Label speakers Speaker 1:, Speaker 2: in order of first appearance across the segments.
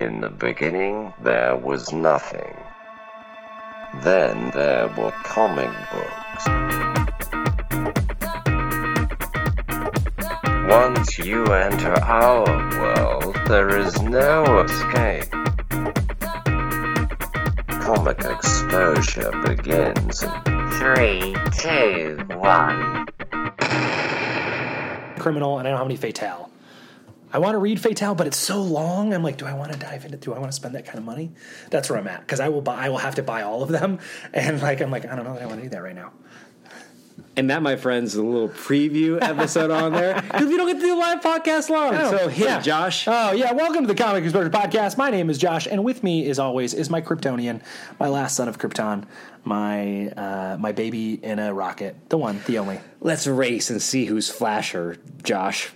Speaker 1: In the beginning, there was nothing. Then there were comic books. Once you enter our world, there is no escape. Comic exposure begins in 3, 2, 1.
Speaker 2: criminal and I don't have any fatale. I want to read fatale, but it's so long. I'm like, do I want to dive into? Do I want to spend that kind of money? That's where I'm at because I will buy. I will have to buy all of them, and like I'm like, I don't know that I want to do that right now.
Speaker 3: And that, my friends, is a little preview episode on there because we don't get to do live podcast long. So hit
Speaker 2: yeah.
Speaker 3: Josh.
Speaker 2: Oh yeah, welcome to the Comic Exposure Podcast. My name is Josh, and with me, as always, is my Kryptonian, my last son of Krypton, my uh, my baby in a rocket, the one, the only.
Speaker 3: Let's race and see who's flasher, Josh.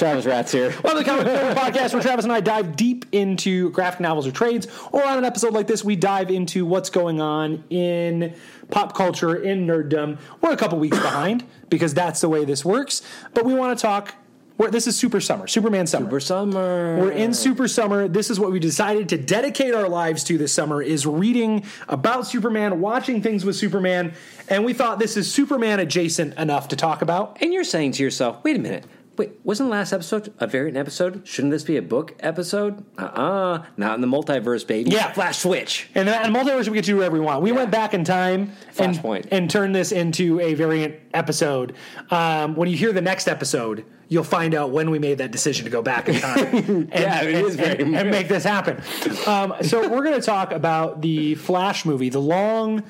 Speaker 3: Travis Rats here.
Speaker 2: Welcome to the Comic Book Nerd Podcast, where Travis and I dive deep into graphic novels or trades. Or on an episode like this, we dive into what's going on in pop culture, in nerddom. We're a couple weeks behind because that's the way this works. But we want to talk. We're, this is Super Summer, Superman Summer.
Speaker 3: We're summer.
Speaker 2: We're in super summer. This is what we decided to dedicate our lives to this summer is reading about Superman, watching things with Superman, and we thought this is Superman adjacent enough to talk about.
Speaker 3: And you're saying to yourself, wait a minute. Wait, wasn't last episode a variant episode? Shouldn't this be a book episode? Uh uh Not in the multiverse, baby.
Speaker 2: Yeah.
Speaker 3: Flash switch.
Speaker 2: And, that, and multiverse we could do whatever we want. We went back in time and,
Speaker 3: Flashpoint.
Speaker 2: and turned this into a variant episode. Um, when you hear the next episode, you'll find out when we made that decision to go back in time and,
Speaker 3: Yeah, it
Speaker 2: and-
Speaker 3: is very
Speaker 2: and- and make this happen. Um, so we're going to talk about the Flash movie, the long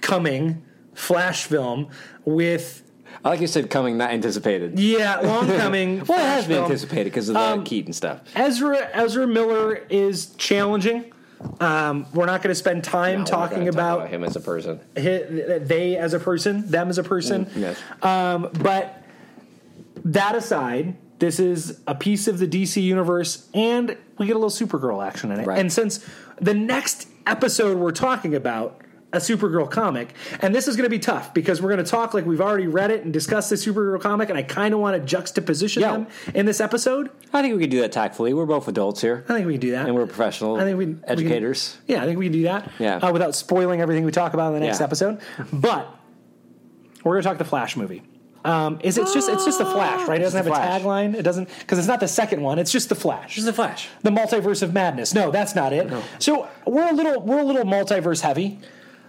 Speaker 2: coming Flash film with
Speaker 3: I like you said coming, not anticipated.
Speaker 2: yeah, Um, long coming.
Speaker 3: Well, it
Speaker 2: Flash
Speaker 3: has been
Speaker 2: film.
Speaker 3: anticipated because of the Keaton stuff.
Speaker 2: Ezra Ezra Miller is challenging. Um, we're not going to spend time
Speaker 3: Now we're gonna
Speaker 2: talking
Speaker 3: talk
Speaker 2: about
Speaker 3: him as a person.
Speaker 2: hi- they as a person, them as a person.
Speaker 3: Yes.
Speaker 2: Um, but that aside, this is a piece of the DC universe, and we get a little Supergirl action in it.
Speaker 3: Right.
Speaker 2: And since the next episode we're talking about a Supergirl comic, and this is going to be tough because we're going to talk like we've already read it and discussed the Supergirl comic, and I kind of want to juxtaposition
Speaker 3: Yeah.
Speaker 2: them in this episode.
Speaker 3: I think we could do that tactfully. We're both adults here,
Speaker 2: I think we can do that,
Speaker 3: and we're professional
Speaker 2: I think we we can-
Speaker 3: educators.
Speaker 2: yeah, I think we can do that.
Speaker 3: Yeah.
Speaker 2: uh, without spoiling everything we talk about in the next
Speaker 3: Yeah.
Speaker 2: episode. But we're gonna talk the Flash movie. Um, is it's just it's just the Flash, right? It doesn't
Speaker 3: Just
Speaker 2: have
Speaker 3: the
Speaker 2: a
Speaker 3: Flash.
Speaker 2: tagline. It doesn't because it's not the second one. It's just the Flash.
Speaker 3: Just a flash.
Speaker 2: The multiverse of madness. No, that's not it. So we're a little we're a little multiverse heavy.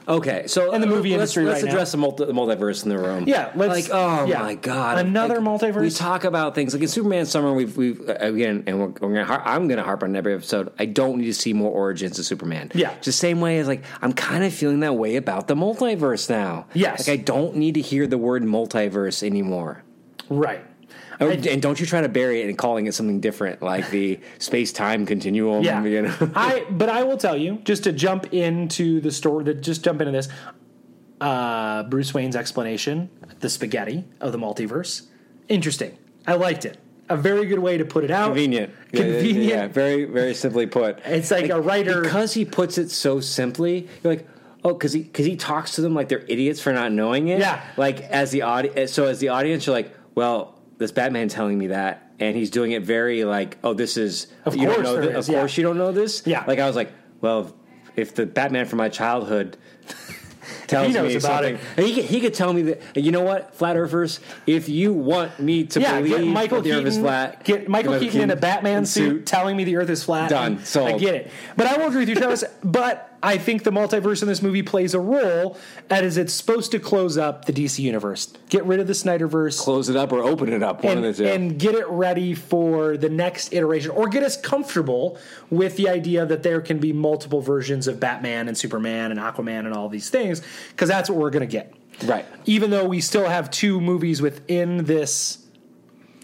Speaker 3: Okay, so in
Speaker 2: the movie industry
Speaker 3: let's,
Speaker 2: right now.
Speaker 3: address the, multi- the multiverse in the room.
Speaker 2: Yeah, let's-
Speaker 3: like oh
Speaker 2: yeah.
Speaker 3: my god,
Speaker 2: Another
Speaker 3: Like,
Speaker 2: multiverse?
Speaker 3: We talk about things like in Superman Summer. We've we've uh, again, and we're, we're gonna har- I'm gonna harp on every episode. I don't need to see more origins of Superman.
Speaker 2: Yeah.
Speaker 3: it's the same way as like I'm kind of feeling that way about the multiverse now.
Speaker 2: Yes.
Speaker 3: like I don't need to hear the word multiverse anymore.
Speaker 2: Right.
Speaker 3: Oh, and don't you try to bury it and calling it something different, like the space time continuum.
Speaker 2: Yeah.
Speaker 3: you know?
Speaker 2: I but I will tell you just to jump into the story. To just jump into this. Uh, Bruce Wayne's explanation, the spaghetti of the multiverse, interesting. I liked it. A very good way to put it out.
Speaker 3: convenient. Yeah, yeah,
Speaker 2: Convenient.
Speaker 3: Yeah, very, very simply put.
Speaker 2: It's like a writer-
Speaker 3: because he puts it so simply. You're like, oh, because he because he talks to them like they're idiots for not knowing it.
Speaker 2: Yeah.
Speaker 3: Like as the audience, so as the audience, you're like, well, this Batman telling me that, and he's doing it very like, oh, this is
Speaker 2: Of
Speaker 3: you
Speaker 2: course
Speaker 3: don't know
Speaker 2: there
Speaker 3: thi-
Speaker 2: is,
Speaker 3: of
Speaker 2: yeah.
Speaker 3: course you don't know this.
Speaker 2: Yeah.
Speaker 3: Like I was like, well, if the Batman from my childhood. Tells
Speaker 2: He knows
Speaker 3: me
Speaker 2: about
Speaker 3: something.
Speaker 2: it.
Speaker 3: and He could, he could tell me that. You know what, flat earthers? If you want me to
Speaker 2: Yeah,
Speaker 3: believe
Speaker 2: get Michael
Speaker 3: that the Earth is
Speaker 2: Keaton.
Speaker 3: flat,
Speaker 2: Get Michael Keaton, in a Batman suit,
Speaker 3: suit.
Speaker 2: telling me the Earth is flat.
Speaker 3: Done. Sold.
Speaker 2: I get it. But I will agree with you, Travis. but I think the multiverse in this movie plays a role that is it's supposed to close up the DC universe, get rid of the Snyderverse,
Speaker 3: close it up or open it up. One
Speaker 2: and,
Speaker 3: of the two.
Speaker 2: and get it ready for the next iteration or get us comfortable with the idea that there can be multiple versions of Batman and Superman and Aquaman and all these things because that's what we're going to get.
Speaker 3: right.
Speaker 2: Even though we still have two movies within this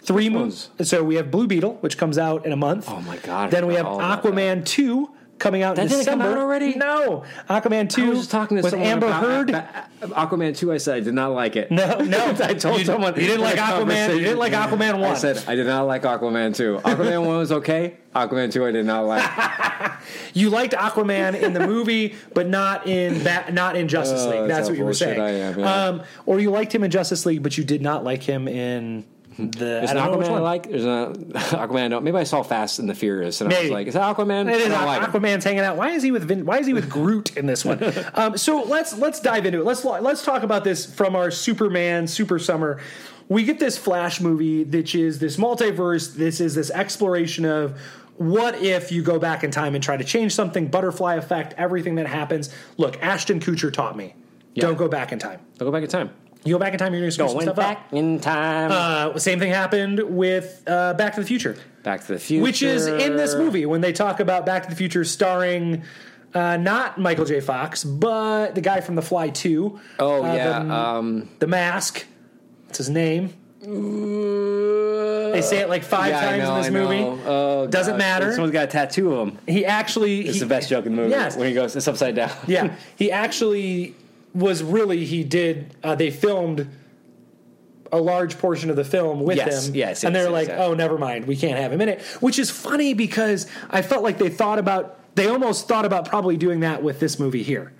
Speaker 2: three movies.
Speaker 3: ones?
Speaker 2: So we have Blue Beetle, which comes out in a month.
Speaker 3: Oh my God, I
Speaker 2: Then we have
Speaker 3: forgot all about
Speaker 2: Aquaman 2 coming out in
Speaker 3: That didn't come
Speaker 2: December.
Speaker 3: out already?
Speaker 2: No. Aquaman 2
Speaker 3: I was just talking to
Speaker 2: with
Speaker 3: someone
Speaker 2: Amber
Speaker 3: about
Speaker 2: Heard.
Speaker 3: Ba- Aquaman two. I said I did not like it.
Speaker 2: No, no.
Speaker 3: I told
Speaker 2: You-
Speaker 3: someone
Speaker 2: you didn't
Speaker 3: in
Speaker 2: like
Speaker 3: a
Speaker 2: Aquaman-
Speaker 3: conversation.
Speaker 2: you didn't like Aquaman
Speaker 3: I
Speaker 2: one.
Speaker 3: said I did not like Aquaman two. Aquaman one was okay. Aquaman two I did not like.
Speaker 2: You liked Aquaman in the movie, but not in Bat, not in Justice
Speaker 3: Oh,
Speaker 2: League. That's
Speaker 3: that's how
Speaker 2: what you were
Speaker 3: bullshit
Speaker 2: saying.
Speaker 3: I am, yeah.
Speaker 2: um, or you liked him in Justice League, but you did not like him in the
Speaker 3: There's
Speaker 2: I
Speaker 3: an
Speaker 2: don't know which
Speaker 3: Aquaman I
Speaker 2: one.
Speaker 3: like. There's an Aquaman I don't. Maybe I saw Fast and the Furious, and I was
Speaker 2: Maybe.
Speaker 3: like, "Is that Aquaman?"
Speaker 2: It
Speaker 3: I
Speaker 2: is
Speaker 3: don't like him.
Speaker 2: Aquaman's hanging out. Why is he with Vin, Why is he with Groot in this one? Um, so let's let's dive into it. Let's let's talk about this from our Superman Super Summer. We get this Flash movie, which is this multiverse. This is this exploration of what if you go back in time and try to change something, butterfly effect, everything that happens. Look, Ashton Kutcher taught me. Don't go back in time.
Speaker 3: I'll go back in time.
Speaker 2: You go back in time, you're going to screw some
Speaker 3: Going
Speaker 2: stuff
Speaker 3: back
Speaker 2: up.
Speaker 3: in time.
Speaker 2: Uh, same thing happened with uh, Back to the Future
Speaker 3: back to the Future,
Speaker 2: which is in this movie when they talk about Back to the Future starring uh, not Michael J. Fox, but the guy from The Fly Two.
Speaker 3: Oh
Speaker 2: uh,
Speaker 3: yeah.
Speaker 2: the,
Speaker 3: um,
Speaker 2: The Mask. That's his name. They say it like five
Speaker 3: yeah, I
Speaker 2: times
Speaker 3: know,
Speaker 2: in this
Speaker 3: I know.
Speaker 2: movie.
Speaker 3: Oh,
Speaker 2: Doesn't
Speaker 3: gosh.
Speaker 2: matter.
Speaker 3: Someone's got a tattoo of him.
Speaker 2: He actually
Speaker 3: It's
Speaker 2: he-
Speaker 3: the best joke in the movie.
Speaker 2: Yes.
Speaker 3: When he goes, it's upside down.
Speaker 2: yeah, he actually was really he did. Uh, they filmed a large portion of the film with
Speaker 3: Yes,
Speaker 2: him,
Speaker 3: yes,
Speaker 2: and
Speaker 3: yes,
Speaker 2: they're like,
Speaker 3: yes, yes.
Speaker 2: "Oh, never mind, we can't have him in it," which is funny because I felt like they thought about they almost thought about probably doing that with this movie here.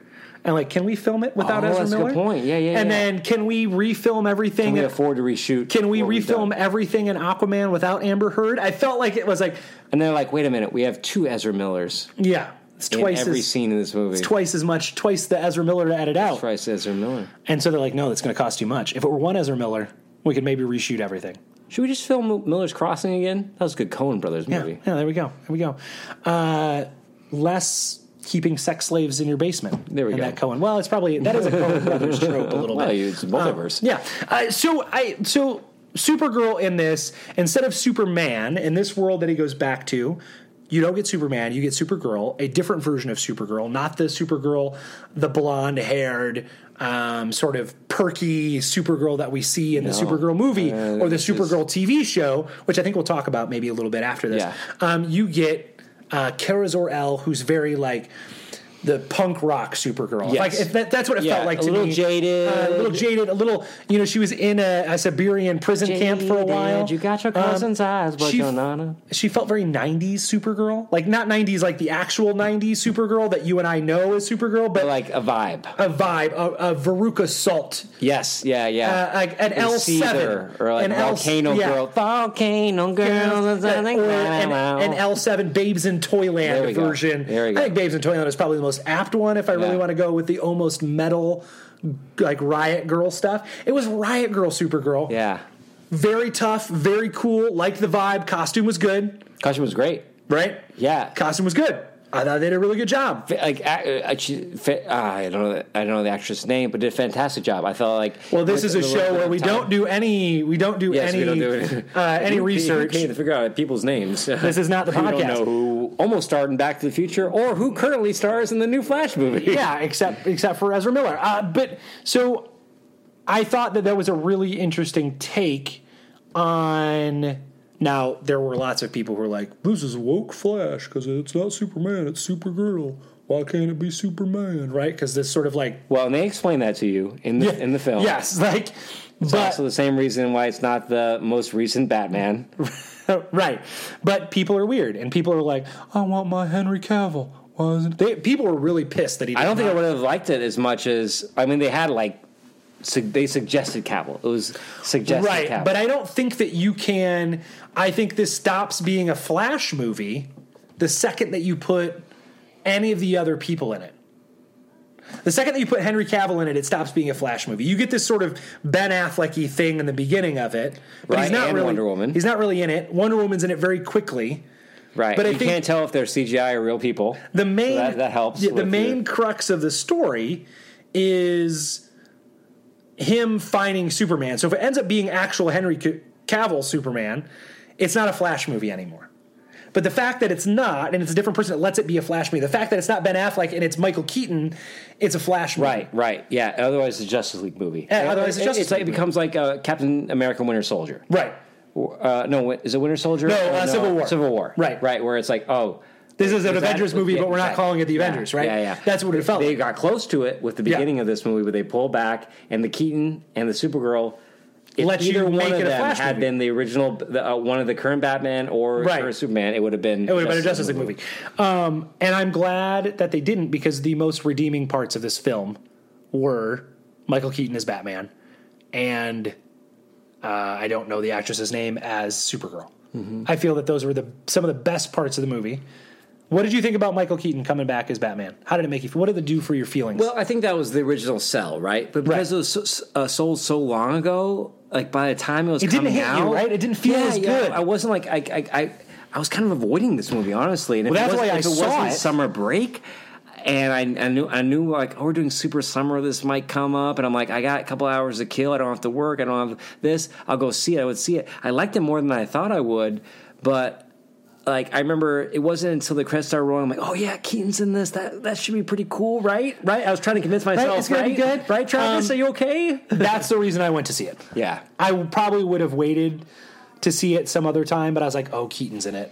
Speaker 2: And like, can we film it without
Speaker 3: Oh,
Speaker 2: Ezra
Speaker 3: that's a
Speaker 2: Miller?
Speaker 3: good point. Yeah, yeah,
Speaker 2: And
Speaker 3: yeah.
Speaker 2: then can we refilm everything?
Speaker 3: Can we
Speaker 2: in-
Speaker 3: afford to reshoot?
Speaker 2: can we
Speaker 3: what we've done?
Speaker 2: refilm everything in Aquaman without Amber Heard? I felt like it was like,
Speaker 3: And they're like, wait a minute, we have two Ezra Millers
Speaker 2: yeah, it's twice
Speaker 3: in every
Speaker 2: as
Speaker 3: scene in this movie.
Speaker 2: twice as much, twice the Ezra Miller to edit out.
Speaker 3: Price Ezra Miller.
Speaker 2: And so they're like, no, that's going to cost too much. If it were one Ezra Miller, we could maybe reshoot everything.
Speaker 3: Should we just film Miller's Crossing again? That was a good Cohen Brothers
Speaker 2: Yeah,
Speaker 3: movie.
Speaker 2: yeah there we go. There we go. Uh, less keeping sex slaves in your basement.
Speaker 3: There we
Speaker 2: and
Speaker 3: go.
Speaker 2: That Cohen. Well, it's probably that is a Cohen brothers trope a little
Speaker 3: Well,
Speaker 2: bit.
Speaker 3: you- it's a multiverse.
Speaker 2: Yeah. Uh, so I so Supergirl in this instead of Superman in this world that he goes back to, you don't get Superman, you get Supergirl, a different version of Supergirl, not the Supergirl, the blonde haired. Um, sort of perky Supergirl that we see in the Supergirl movie
Speaker 3: Uh,
Speaker 2: or the
Speaker 3: this is-
Speaker 2: Supergirl TV show, which I think we'll talk about maybe a little bit after this.
Speaker 3: Yeah.
Speaker 2: Um, you get uh, Kara Zor-El, who's very like the punk rock Supergirl. If I-
Speaker 3: Yes.
Speaker 2: if that, that's what it
Speaker 3: Yeah,
Speaker 2: felt like
Speaker 3: a
Speaker 2: to
Speaker 3: little
Speaker 2: me.
Speaker 3: jaded.
Speaker 2: Uh, a little jaded, a little, you know, she was in a, a Siberian prison camp for a
Speaker 3: Jaded,
Speaker 2: while.
Speaker 3: You got your
Speaker 2: Um,
Speaker 3: cousin's eyes, but
Speaker 2: she
Speaker 3: you're
Speaker 2: f-
Speaker 3: not. a-
Speaker 2: She felt very 90s Supergirl. Like, not 90s, like the actual 90s Supergirl that you and I know as Supergirl, but like
Speaker 3: Like a vibe.
Speaker 2: a vibe, a, a Veruca Salt,
Speaker 3: Yes, yeah,
Speaker 2: uh,
Speaker 3: yeah.
Speaker 2: like an
Speaker 3: Or
Speaker 2: L7.
Speaker 3: Seether, Or like
Speaker 2: an L-
Speaker 3: Volcano
Speaker 2: yeah.
Speaker 3: Girl. Volcano Girl.
Speaker 2: Girls,
Speaker 3: is
Speaker 2: that-
Speaker 3: something
Speaker 2: or
Speaker 3: that
Speaker 2: an,
Speaker 3: I
Speaker 2: an
Speaker 3: want.
Speaker 2: L7 Babes in
Speaker 3: There we
Speaker 2: Toyland
Speaker 3: go.
Speaker 2: version.
Speaker 3: There we
Speaker 2: I
Speaker 3: go.
Speaker 2: think Babes in Toyland is probably the most apt one if I really
Speaker 3: Yeah.
Speaker 2: want to go with the almost metal, like Riot Girl stuff. It was Riot Girl Supergirl.
Speaker 3: yeah.
Speaker 2: Very tough, very cool, liked the vibe. Costume was good,
Speaker 3: Costume was great.
Speaker 2: right?
Speaker 3: Yeah.
Speaker 2: Costume was good. I thought they did a really good job.
Speaker 3: like a- uh, she, fa- uh, I don't know, the, I don't know the actress' name, but did a fantastic job. I felt like
Speaker 2: Well, this is
Speaker 3: with
Speaker 2: a
Speaker 3: the
Speaker 2: show
Speaker 3: little
Speaker 2: where we
Speaker 3: time-
Speaker 2: don't do any, we don't do
Speaker 3: Yes,
Speaker 2: any,
Speaker 3: we don't do it.
Speaker 2: Uh, any
Speaker 3: Who-
Speaker 2: research.
Speaker 3: Who came to figure out people's names?
Speaker 2: This is not the
Speaker 3: We
Speaker 2: podcast.
Speaker 3: don't know who almost starred in Back to the Future or who currently stars in the new Flash movie.
Speaker 2: yeah, except except for Ezra Miller. Uh, but so I thought that that was a really interesting take on. Now there were lots of people who were like,
Speaker 4: This is woke Flash because it's not Superman, it's Supergirl. Why can't it be Superman?
Speaker 2: right? Because this sort of like
Speaker 3: Well, and they explain that to you in the in the film.
Speaker 2: yes, like,
Speaker 3: It's
Speaker 2: but
Speaker 3: also the same reason why it's not the most recent Batman.
Speaker 2: right, but people are weird, and people are like,
Speaker 4: I want my Henry Cavill. Why isn't
Speaker 2: they, people were really pissed that he. Did
Speaker 3: I don't think I
Speaker 2: not-
Speaker 3: would have liked it as much as I mean they had like su- they suggested Cavill. It was suggested
Speaker 2: right,
Speaker 3: Cavill.
Speaker 2: but I don't think that you can. I think this stops being a Flash movie the second that you put any of the other people in it. The second that you put Henry Cavill in it, it stops being a Flash movie. You get this sort of Ben Affleck-y thing in the beginning of it, but he's
Speaker 3: Right,
Speaker 2: not
Speaker 3: and
Speaker 2: really
Speaker 3: Wonder Woman.
Speaker 2: He's not really in it. Wonder Woman's in it very quickly.
Speaker 3: Right.
Speaker 2: But
Speaker 3: But
Speaker 2: I
Speaker 3: you
Speaker 2: think-
Speaker 3: can't tell if they're CGI or real people.
Speaker 2: The main
Speaker 3: that- that helps
Speaker 2: yeah, the
Speaker 3: with
Speaker 2: main
Speaker 3: your-
Speaker 2: crux of the story is him finding Superman. So if it ends up being actual Henry C- Cavill Superman, it's not a Flash movie anymore. But the fact that it's not, and it's a different person that lets it be a Flash movie. The fact that it's not Ben Affleck and it's Michael Keaton, it's a Flash movie.
Speaker 3: Right, right. Yeah. Otherwise, it's a Justice League movie.
Speaker 2: Yeah, otherwise it's
Speaker 3: It-
Speaker 2: Justice
Speaker 3: it's like, it
Speaker 2: League
Speaker 3: becomes like uh, Captain America Winter Soldier.
Speaker 2: Right.
Speaker 3: Uh, no, wait, is it Winter Soldier?
Speaker 2: No,
Speaker 3: Or
Speaker 2: uh, Civil War.
Speaker 3: Civil War.
Speaker 2: Right.
Speaker 3: Right, where it's like, oh.
Speaker 2: This is an
Speaker 3: that-
Speaker 2: Avengers movie,
Speaker 3: yeah,
Speaker 2: but we're not
Speaker 3: exactly.
Speaker 2: calling it the
Speaker 3: Yeah,
Speaker 2: Avengers, right?
Speaker 3: Yeah, yeah.
Speaker 2: That's what it felt
Speaker 3: They
Speaker 2: like.
Speaker 3: got close to it with the
Speaker 2: Yeah.
Speaker 3: beginning of this movie where they pull back and the Keaton and the Supergirl. If
Speaker 2: Let you
Speaker 3: either one
Speaker 2: make
Speaker 3: of
Speaker 2: it a
Speaker 3: them
Speaker 2: Flash
Speaker 3: had
Speaker 2: movie.
Speaker 3: been the original, the, uh, one of the current Batman or
Speaker 2: Right.
Speaker 3: current Superman, it would have been.
Speaker 2: It would have been a Justice League movie. Um, and I'm glad that they didn't because the most redeeming parts of this film were Michael Keaton as Batman and Uh, I don't know the actress's name as Supergirl. I feel that those were the some of the best parts of the movie. What did you think about Michael Keaton coming back as Batman? How did it make you? feel? What did it do for your feelings?
Speaker 3: Well, I think that was the original sell, right? But because
Speaker 2: Right.
Speaker 3: it was so, uh, sold so long ago, like by the time it was
Speaker 2: It didn't
Speaker 3: coming
Speaker 2: hit you,
Speaker 3: out,
Speaker 2: right? It didn't feel
Speaker 3: yeah,
Speaker 2: as
Speaker 3: yeah,
Speaker 2: good.
Speaker 3: I wasn't like I, I, I, I was kind of avoiding this movie honestly. And
Speaker 2: Well,
Speaker 3: if
Speaker 2: that's
Speaker 3: it wasn't-
Speaker 2: why I
Speaker 3: if it
Speaker 2: saw
Speaker 3: wasn't
Speaker 2: it.
Speaker 3: summer break. And I, I knew I knew like oh we're doing super summer this might come up and I'm like I got a couple hours to kill I don't have to work I don't have this I'll go see it I would see it I liked it more than I thought I would but like I remember it wasn't until the credits started rolling I'm like oh yeah Keaton's in this that that should be pretty cool right right I was trying to convince myself
Speaker 2: it's gonna be good.
Speaker 3: right Travis
Speaker 2: Um,
Speaker 3: are you okay
Speaker 2: That's the reason I went to see it.
Speaker 3: yeah
Speaker 2: I probably would have waited to see it some other time, but I was like, "Oh, Keaton's in it.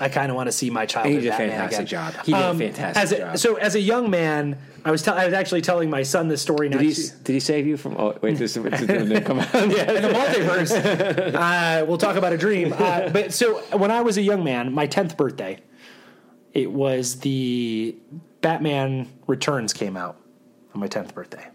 Speaker 2: I kind of want to see my childhood."
Speaker 3: did Mm-hmm. a
Speaker 2: Batman
Speaker 3: fantastic
Speaker 2: again. Um,
Speaker 3: job. He did a fantastic
Speaker 2: as a,
Speaker 3: job.
Speaker 2: So, as a young man, I was tell- I was actually telling my son this story. Not
Speaker 3: did he
Speaker 2: too-
Speaker 3: did he save you from oh wait this is this is gonna come out
Speaker 2: in the multiverse. uh, we'll talk about a dream. Uh, but so when I was a young man, my tenth birthday, it was the Batman Returns came out on my tenth birthday.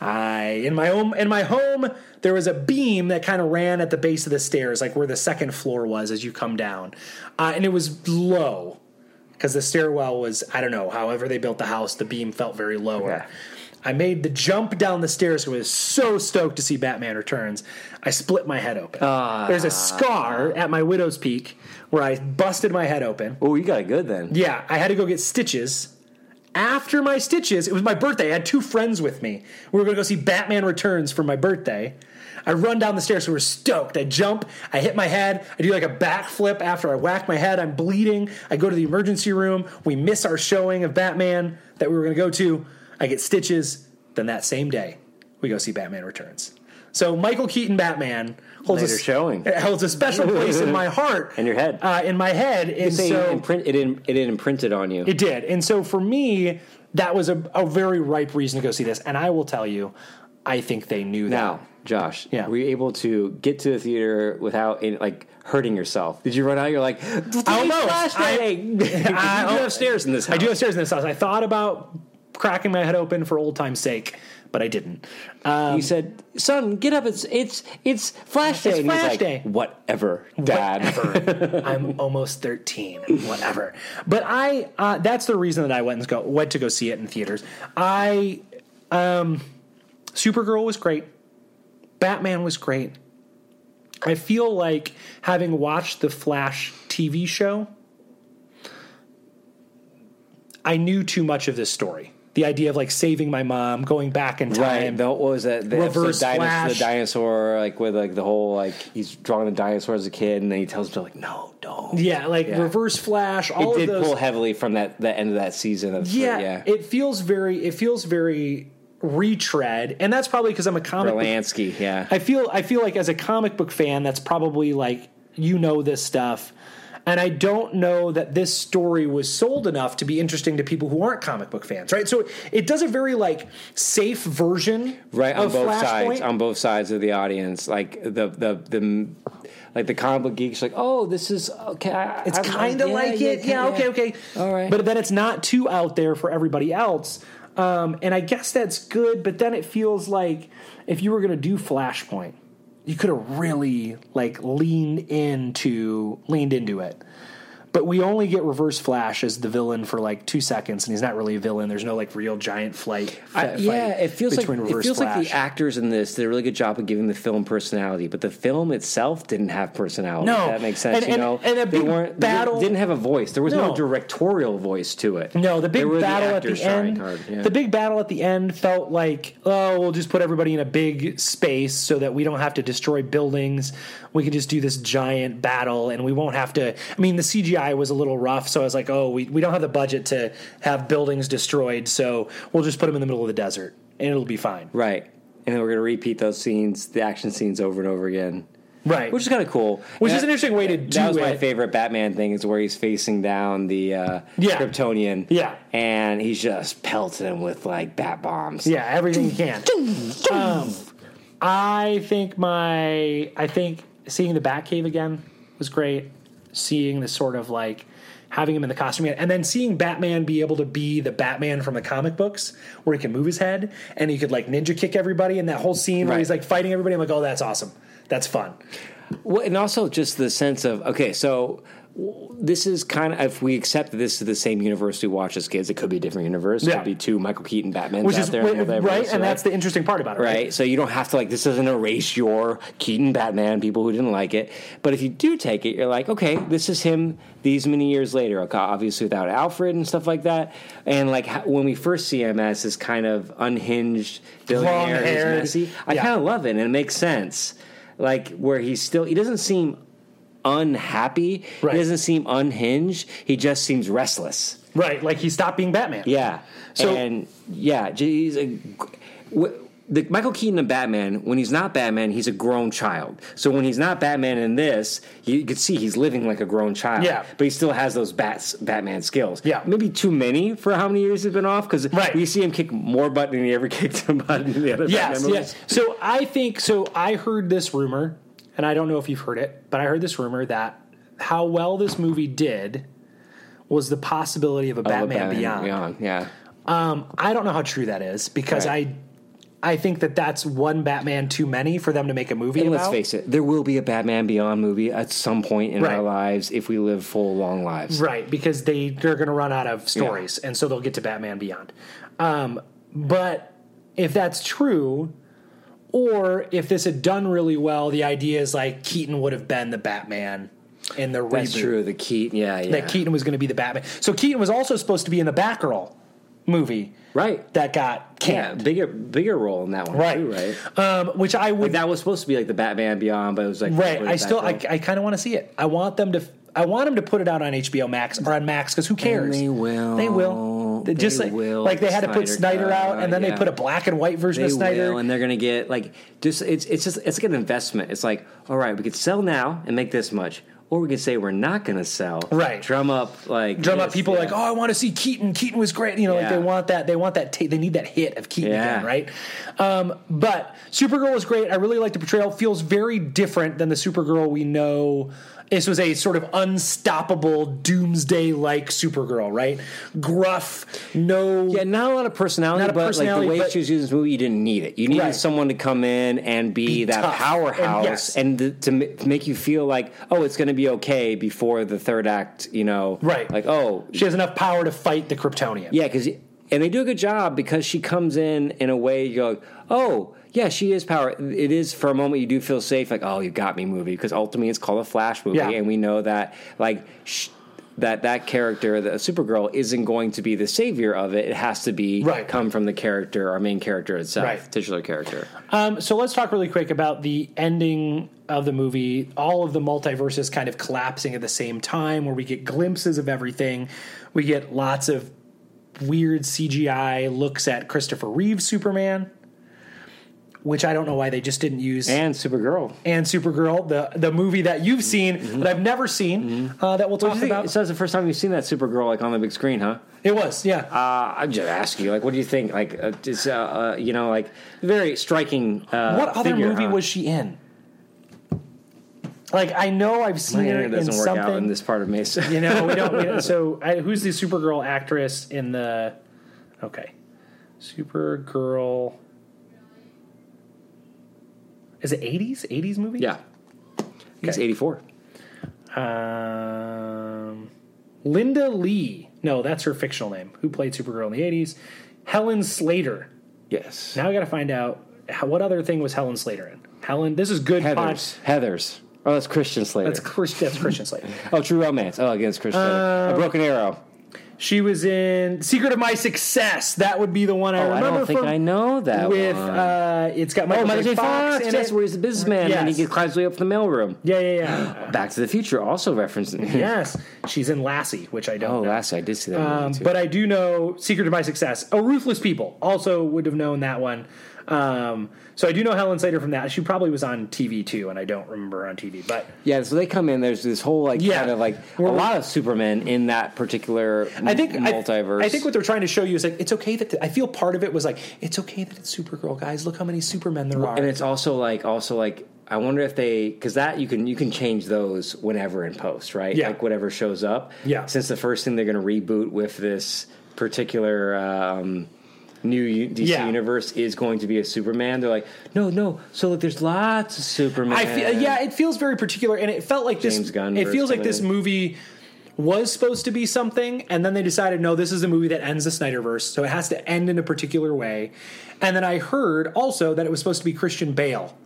Speaker 2: I in my home in my home there was a beam that kind of ran at the base of the stairs, like where the second floor was as you come down, uh, and it was low because the stairwell was I don't know. However, they built the house, the beam felt very lower.
Speaker 3: Yeah.
Speaker 2: I made the jump down the stairs. I was so stoked to see Batman Returns. I split my head open. There's a scar at my widow's peak where I busted my head open.
Speaker 3: oh you got it good then
Speaker 2: Yeah, I had to go get stitches. After my stitches, it was my birthday. I had two friends with me. We were going to go see Batman Returns for my birthday. I run down the stairs, so we're stoked. I jump, I hit my head, I do like a backflip after I whack my head. I'm bleeding. I go to the emergency room. We miss our showing of Batman that we were going to go to. I get stitches. Then that same day, we go see Batman Returns. So Michael Keaton Batman holds
Speaker 3: Later
Speaker 2: a,
Speaker 3: showing.
Speaker 2: holds a special place in my heart
Speaker 3: In your head.
Speaker 2: uh, in my head. And
Speaker 3: Saying
Speaker 2: so
Speaker 3: imprint, it in, it imprinted on you.
Speaker 2: it did. And so for me, that was a, a very ripe reason to go see this. And I will tell you, I think they knew that.
Speaker 3: Now, Josh,
Speaker 2: Yeah.
Speaker 3: were you able to get to the theater without any, like hurting yourself? Did you run out? You're like,
Speaker 2: Almost. I-
Speaker 3: I, you do have stairs in this house.
Speaker 2: I do have stairs in this house. I thought about cracking my head open for old time's sake, but I didn't.
Speaker 3: you said, son, get up. It's it's um, it's flash day.
Speaker 2: It's
Speaker 3: And he's
Speaker 2: Flash
Speaker 3: like,
Speaker 2: Day.
Speaker 3: Whatever, dad.
Speaker 2: Whatever. I'm almost 13. Whatever. But I uh, that's the reason that I went and go went to go see it in theaters. I um Supergirl was great. Batman was great. I feel like having watched the Flash TV show, I knew too much of this story. The idea of like saving my mom, going back in
Speaker 3: Right,
Speaker 2: time.
Speaker 3: the, what was that? The
Speaker 2: Reverse
Speaker 3: episode, dinosaur,
Speaker 2: Flash.
Speaker 3: the dinosaur, like with like the whole like he's drawing the dinosaur as a kid, and then he tells him to like, no, don't.
Speaker 2: Yeah, like
Speaker 3: Yeah.
Speaker 2: reverse flash, all
Speaker 3: it
Speaker 2: of
Speaker 3: did
Speaker 2: those
Speaker 3: pull heavily from that the end of that season of
Speaker 2: yeah,
Speaker 3: yeah.
Speaker 2: it feels very it feels very retread and that's probably because i'm a comic book,
Speaker 3: Berlansky, yeah.
Speaker 2: i feel i feel like as a comic book fan that's probably like you know this stuff and i don't know that this story was sold enough to be interesting to people who aren't comic book fans right so it does a very like safe version
Speaker 3: right on
Speaker 2: of
Speaker 3: both
Speaker 2: Flashpoint.
Speaker 3: sides on both sides of the audience like the the the like the comic book geeks like oh this is okay I,
Speaker 2: It's
Speaker 3: I'm-
Speaker 2: kind of
Speaker 3: yeah,
Speaker 2: like it. Yeah, okay, okay.
Speaker 3: All right.
Speaker 2: But then it's not too out there for everybody else. Um, and I guess that's good, but then it feels like if you were going to do Flashpoint, you could have really like leaned into leaned into it. But we only get Reverse Flash as the villain for like two seconds, and he's not really a villain. There's no like real giant flight.
Speaker 3: I,
Speaker 2: fight
Speaker 3: yeah, it feels like
Speaker 2: between
Speaker 3: it
Speaker 2: Reverse
Speaker 3: feels like
Speaker 2: Flash.
Speaker 3: the actors in this did a really good job of giving the film personality, but the film itself didn't have personality.
Speaker 2: No.
Speaker 3: if that makes sense.
Speaker 2: And-
Speaker 3: you
Speaker 2: and-
Speaker 3: know,
Speaker 2: and a
Speaker 3: they
Speaker 2: big
Speaker 3: weren't
Speaker 2: battle-
Speaker 3: They didn't have a voice. There was no,
Speaker 2: No.
Speaker 3: directorial voice to it.
Speaker 2: No, the
Speaker 3: They
Speaker 2: big
Speaker 3: were
Speaker 2: battle at
Speaker 3: actors
Speaker 2: the
Speaker 3: trying
Speaker 2: end.
Speaker 3: hard, yeah.
Speaker 2: The big battle at the end felt like, oh, we'll just put everybody in a big space so that we don't have to destroy buildings. We can just do this giant battle, and we won't have to. I mean, the CGI was a little rough, so I was like, oh, we we don't have the budget to have buildings destroyed, so we'll just put them in the middle of the desert, and it'll be fine.
Speaker 3: right, and then we're gonna repeat those scenes, the action scenes, over and over again.
Speaker 2: Right.
Speaker 3: which is kind of cool.
Speaker 2: Which
Speaker 3: And
Speaker 2: is an interesting way to do
Speaker 3: That was my
Speaker 2: it.
Speaker 3: favorite Batman thing is where he's facing down the uh,
Speaker 2: Yeah.
Speaker 3: Kryptonian,
Speaker 2: Yeah.
Speaker 3: and he's just pelting him with like bat bombs.
Speaker 2: Yeah, everything you can. Um, I think my I think seeing the Batcave again was great. Seeing the sort of like having him in the costume again, and then seeing Batman be able to be the Batman from the comic books, where he can move his head and he could like ninja kick everybody, and that whole scene where
Speaker 3: Right.
Speaker 2: he's like fighting everybody. I'm like, oh, that's awesome. That's fun.
Speaker 3: Well, and also just the sense of okay, so w- this is kind of if we accept that this is the same universe we watch as kids, it could be a different universe. It
Speaker 2: Yeah.
Speaker 3: could be two Michael Keaton Batmans
Speaker 2: Which
Speaker 3: out
Speaker 2: is
Speaker 3: there,
Speaker 2: right,
Speaker 3: and whatever, so
Speaker 2: and that's the interesting part about it.
Speaker 3: right? So you don't have to like this doesn't erase your Keaton Batman people who didn't like it. But if you do take it, you're like, okay, this is him these many years later. Okay, obviously without Alfred and stuff like that. And like how, when we first see him as this kind of unhinged billionaire who's
Speaker 2: Long-haired.
Speaker 3: messy, I
Speaker 2: Yeah.
Speaker 3: kind of love it, and it makes sense. Like where he's still, he doesn't seem unhappy.
Speaker 2: Right.
Speaker 3: He doesn't seem unhinged. He just seems restless.
Speaker 2: Right, like he stopped being Batman.
Speaker 3: Yeah.
Speaker 2: So-
Speaker 3: and yeah, j- he's a. gr- wh- The Michael Keaton and Batman, when he's not Batman, he's a grown child. So when he's not Batman in this, you could see he's living like a grown child.
Speaker 2: Yeah.
Speaker 3: But he still has those bats, Batman skills.
Speaker 2: Yeah.
Speaker 3: Maybe too many for how many years he's been off because
Speaker 2: Right.
Speaker 3: we see him kick more butt than he ever kicked a button in the other
Speaker 2: Yes,
Speaker 3: Batman
Speaker 2: yes.
Speaker 3: movies.
Speaker 2: So I think so. I heard this rumor, and I don't know if you've heard it, but I heard this rumor that how well this movie did was the possibility of a
Speaker 3: But
Speaker 2: Batman, Beyond.
Speaker 3: Yeah.
Speaker 2: Um, I don't know how true that is because
Speaker 3: Right.
Speaker 2: I, I think that that's one Batman too many for them to make a movie.
Speaker 3: And
Speaker 2: about.
Speaker 3: let's face it, there will be a Batman Beyond movie at some point in
Speaker 2: Right.
Speaker 3: our lives if we live full, long lives.
Speaker 2: Right, because they they're going to run out of stories, and so they'll get to Batman Beyond. Um, but if that's true, or if this had done really well, the idea is like Keaton would have been the Batman in the
Speaker 3: That's
Speaker 2: reboot.
Speaker 3: true. The Keaton. Yeah. Yeah.
Speaker 2: That Keaton was going to be the Batman. So Keaton was also supposed to be in the Batgirl movie
Speaker 3: Right.
Speaker 2: that got
Speaker 3: Yeah,
Speaker 2: canned.
Speaker 3: bigger bigger role in that one
Speaker 2: Right.
Speaker 3: too, right?
Speaker 2: Um, which I would
Speaker 3: Like that was supposed to be like the Batman Beyond, but it was like
Speaker 2: Right.
Speaker 3: really
Speaker 2: I still, I,
Speaker 3: Batgirl.
Speaker 2: I kind of want to see it. I want them to. I want them to put it out on HBO Max or on Max because who cares?
Speaker 3: they will.
Speaker 2: They will. They
Speaker 3: They
Speaker 2: just like,
Speaker 3: will.
Speaker 2: like they had to put
Speaker 3: Snyder
Speaker 2: Snyder out,
Speaker 3: Cut,
Speaker 2: and then
Speaker 3: yeah.
Speaker 2: they put a black and white version
Speaker 3: they
Speaker 2: of Snyder.
Speaker 3: will, and they're gonna get like just it's it's just it's like an investment. It's like all right, we could sell now and make this much, or we could say we're not gonna sell.
Speaker 2: Right.
Speaker 3: Drum up like
Speaker 2: Drum up
Speaker 3: this,
Speaker 2: people
Speaker 3: yeah.
Speaker 2: like, oh, I want to see Keaton. Keaton was great. You know, like
Speaker 3: Yeah.
Speaker 2: they want that. They want that. Ta- they need that hit of Keaton
Speaker 3: Yeah.
Speaker 2: again, right? Um, but Supergirl was great. I really like the portrayal. Feels very different than the Supergirl we know. This was a sort of unstoppable doomsday like Supergirl, right? Gruff, no.
Speaker 3: Yeah, not a lot of personality,
Speaker 2: Not a
Speaker 3: but
Speaker 2: personality,
Speaker 3: like the way
Speaker 2: but-
Speaker 3: she was using this movie, you didn't need it. You needed
Speaker 2: Right.
Speaker 3: someone to come in and be, that
Speaker 2: tough. And yes.
Speaker 3: powerhouse and, th- to m- make you feel like, oh, it's going to be okay before the third act. You know,
Speaker 2: Right.
Speaker 3: Like, oh,
Speaker 2: She has enough power to fight the Kryptonian.
Speaker 3: Yeah, because and they do a good job because she comes in in a way you go, oh yeah, she is power. It is for a moment you do feel safe, like oh you got me movie because ultimately it's called a Flash movie,
Speaker 2: Yeah.
Speaker 3: and we know that like. Sh- that that character, the Supergirl, isn't going to be the savior of it. It has to be
Speaker 2: Right.
Speaker 3: come from the character, our main character itself,
Speaker 2: Right.
Speaker 3: titular character.
Speaker 2: Um, so let's talk really quick about the ending of the movie. All of the multiverses kind of collapsing at the same time, where we get glimpses of everything. We get lots of weird CGI looks at Christopher Reeve's Superman, which I don't know why they just didn't use.
Speaker 3: And Supergirl.
Speaker 2: and Supergirl, the the movie that you've seen
Speaker 3: Mm-hmm.
Speaker 2: that I've never seen, uh, that we'll talk about.
Speaker 3: It says the first time you've seen that Supergirl like on the big screen, huh?
Speaker 2: It was, yeah.
Speaker 3: Uh, I'm just asking you, like, what do you think? Like, uh, just, uh, uh, you know, like very striking. Uh,
Speaker 2: what other
Speaker 3: figure,
Speaker 2: movie
Speaker 3: huh?
Speaker 2: was she in? Like I know I've seen
Speaker 3: My
Speaker 2: her
Speaker 3: internet
Speaker 2: in
Speaker 3: doesn't work
Speaker 2: something.
Speaker 3: out in this part of Mesa.
Speaker 2: You know, we don't. We don't so I, who's the Supergirl actress in the? Okay, Supergirl. Is it eighties? Eighties movie?
Speaker 3: yeah. It's 84.
Speaker 2: Um, Linda Lee. No, that's her fictional name. Who played Supergirl in the eighties? Helen Slater.
Speaker 3: Yes.
Speaker 2: Now we got to find out how, what other thing was Helen Slater in. Helen, this is good. pod-
Speaker 3: Heathers. Heathers. Oh, that's Christian Slater.
Speaker 2: That's Chris, that's Christian Slater.
Speaker 3: oh, True Romance. Oh, against Christian
Speaker 2: Uh,
Speaker 3: Slater. A Broken Arrow.
Speaker 2: She was in Secret of My Success. That would be the one I
Speaker 3: Oh, I
Speaker 2: remember.
Speaker 3: don't think
Speaker 2: from-
Speaker 3: I know that
Speaker 2: with
Speaker 3: one.
Speaker 2: uh, it's got Michael,
Speaker 3: oh, Michael J. Fox.
Speaker 2: in
Speaker 3: Yes,
Speaker 2: it.
Speaker 3: where he's a businessman and he
Speaker 2: Yes.
Speaker 3: gets- climbs way up the mailroom.
Speaker 2: yeah, yeah, yeah.
Speaker 3: Back to the Future also referenced.
Speaker 2: yes, she's in Lassie, which I don't
Speaker 3: oh,
Speaker 2: know.
Speaker 3: last I did see that
Speaker 2: Um,
Speaker 3: movie too.
Speaker 2: but I do know Secret of My Success. Oh, Ruthless People also would have known that one. Um, so I do know Helen Slater from that. She probably was on TV too, and I don't remember her on TV. But
Speaker 3: yeah, so they come in. There's this whole like
Speaker 2: Yeah.
Speaker 3: kind of like a
Speaker 2: We're-
Speaker 3: lot of Supermen in that particular
Speaker 2: I think I-
Speaker 3: multiverse.
Speaker 2: I, think what they're trying to show you is like it's okay that I feel part of it was like it's okay that it's Supergirl, guys. Look how many Supermen there are.
Speaker 3: and it's also like also like I wonder if they because that you can you can change those whenever in post, right?
Speaker 2: Yeah.
Speaker 3: Like whatever shows up.
Speaker 2: Yeah.
Speaker 3: Since the first thing they're going to reboot with this particular um, new U- DC
Speaker 2: Yeah.
Speaker 3: universe is going to be a Superman. They're like, no, no. So look, there's lots of Superman.
Speaker 2: I feel, yeah, it feels very particular, and it felt like this.
Speaker 3: James Gunn
Speaker 2: it feels
Speaker 3: verse
Speaker 2: like this
Speaker 3: coming
Speaker 2: movie was supposed to be something, and then they decided, no, this is a movie that ends the Snyderverse, so it has to end in a particular way. And then I heard also that it was supposed to be Christian Bale,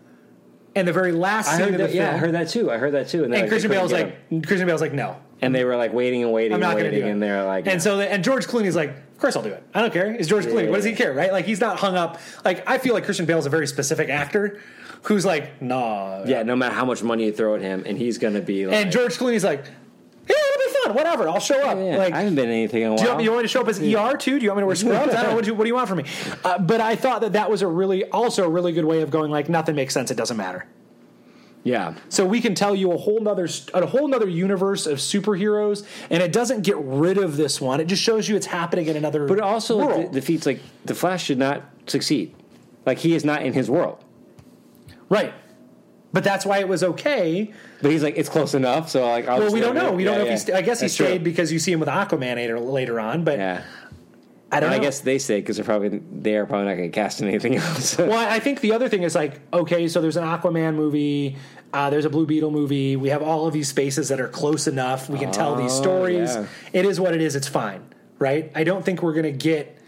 Speaker 2: and the very last
Speaker 3: I
Speaker 2: scene of
Speaker 3: heard
Speaker 2: the
Speaker 3: that.
Speaker 2: film.
Speaker 3: Yeah, I heard that too. I heard that too. And, they're
Speaker 2: and Christian
Speaker 3: they
Speaker 2: Bale's
Speaker 3: couldn't
Speaker 2: like,
Speaker 3: get him.
Speaker 2: Christian Bale's like, no,
Speaker 3: and they were like waiting and waiting
Speaker 2: I'm
Speaker 3: and
Speaker 2: not going to
Speaker 3: waiting,
Speaker 2: do it.
Speaker 3: and they're like,
Speaker 2: and so, the, and George Clooney's like, of course I'll do it. I don't care. It's George Clooney. What does he care, right? Like he's not hung up. Like I feel like Christian Bale's a very specific actor who's like, nah.
Speaker 3: yeah, no matter how much money you throw at him, and he's going to be like,
Speaker 2: And George Clooney's like, yeah, it'll be fun. Whatever, I'll show up.
Speaker 3: yeah,
Speaker 2: like
Speaker 3: I haven't been in anything in a
Speaker 2: do you,
Speaker 3: while.
Speaker 2: want, you want me to show up as ER too? Do you want me to wear scrubs? I don't know. What do you, what do you want from me? Uh, but I thought that that was a really, also a really good way of going like nothing makes sense. It doesn't matter.
Speaker 3: yeah,
Speaker 2: So we can tell you a whole nother st- a whole nother universe of superheroes, and it doesn't get rid of this one. It just shows you it's happening in another.
Speaker 3: but it also like,
Speaker 2: world.
Speaker 3: de- defeats like the Flash should not succeed. Like he is not in his world,
Speaker 2: right. But that's why it was okay.
Speaker 3: but he's like it's close enough. So like, I'll
Speaker 2: Well,
Speaker 3: just
Speaker 2: we don't
Speaker 3: let him
Speaker 2: know.
Speaker 3: in.
Speaker 2: We don't
Speaker 3: Yeah,
Speaker 2: know if
Speaker 3: yeah.
Speaker 2: he. St- I guess he
Speaker 3: That's true.
Speaker 2: stayed because you see him with Aquaman later, later on. But
Speaker 3: Yeah.
Speaker 2: I don't.
Speaker 3: And I
Speaker 2: know.
Speaker 3: guess they say because they're probably they are probably not going to cast in anything else.
Speaker 2: Well, I think the other thing is like, okay, so there's an Aquaman movie, uh, there's a Blue Beetle movie. We have all of these spaces that are close enough. We can tell these stories.
Speaker 3: Oh, yeah.
Speaker 2: It is what it is. It's fine, right? I don't think we're going to get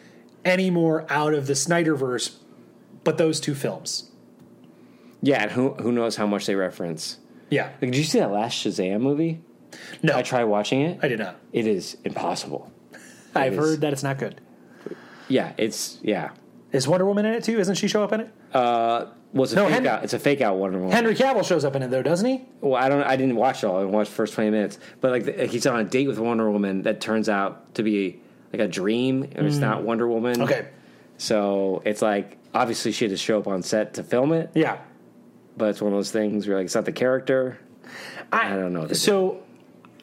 Speaker 2: any more out of the Snyderverse, but those two films.
Speaker 3: yeah, and who who knows how much they reference?
Speaker 2: Yeah.
Speaker 3: Like, did you see that last Shazam movie?
Speaker 2: No,
Speaker 3: I tried watching it.
Speaker 2: I did not.
Speaker 3: It is impossible.
Speaker 2: I've
Speaker 3: is.
Speaker 2: heard that it's not good.
Speaker 3: Yeah, it's yeah.
Speaker 2: Is Wonder Woman in it too? Isn't she show up in it?
Speaker 3: Well, it's a
Speaker 2: No,
Speaker 3: fake
Speaker 2: Henry-
Speaker 3: out. It's a fake out Wonder Woman.
Speaker 2: Henry Cavill shows up in it though, doesn't he?
Speaker 3: well, I don't. I didn't watch it all. I watched the first twenty minutes. But like, the, he's on a date with Wonder Woman that turns out to be like a dream, and it's not Wonder Woman.
Speaker 2: Okay.
Speaker 3: So it's like obviously she had to show up on set to film it,
Speaker 2: Yeah.
Speaker 3: but it's one of those things where like it's not the character. I don't know what they
Speaker 2: So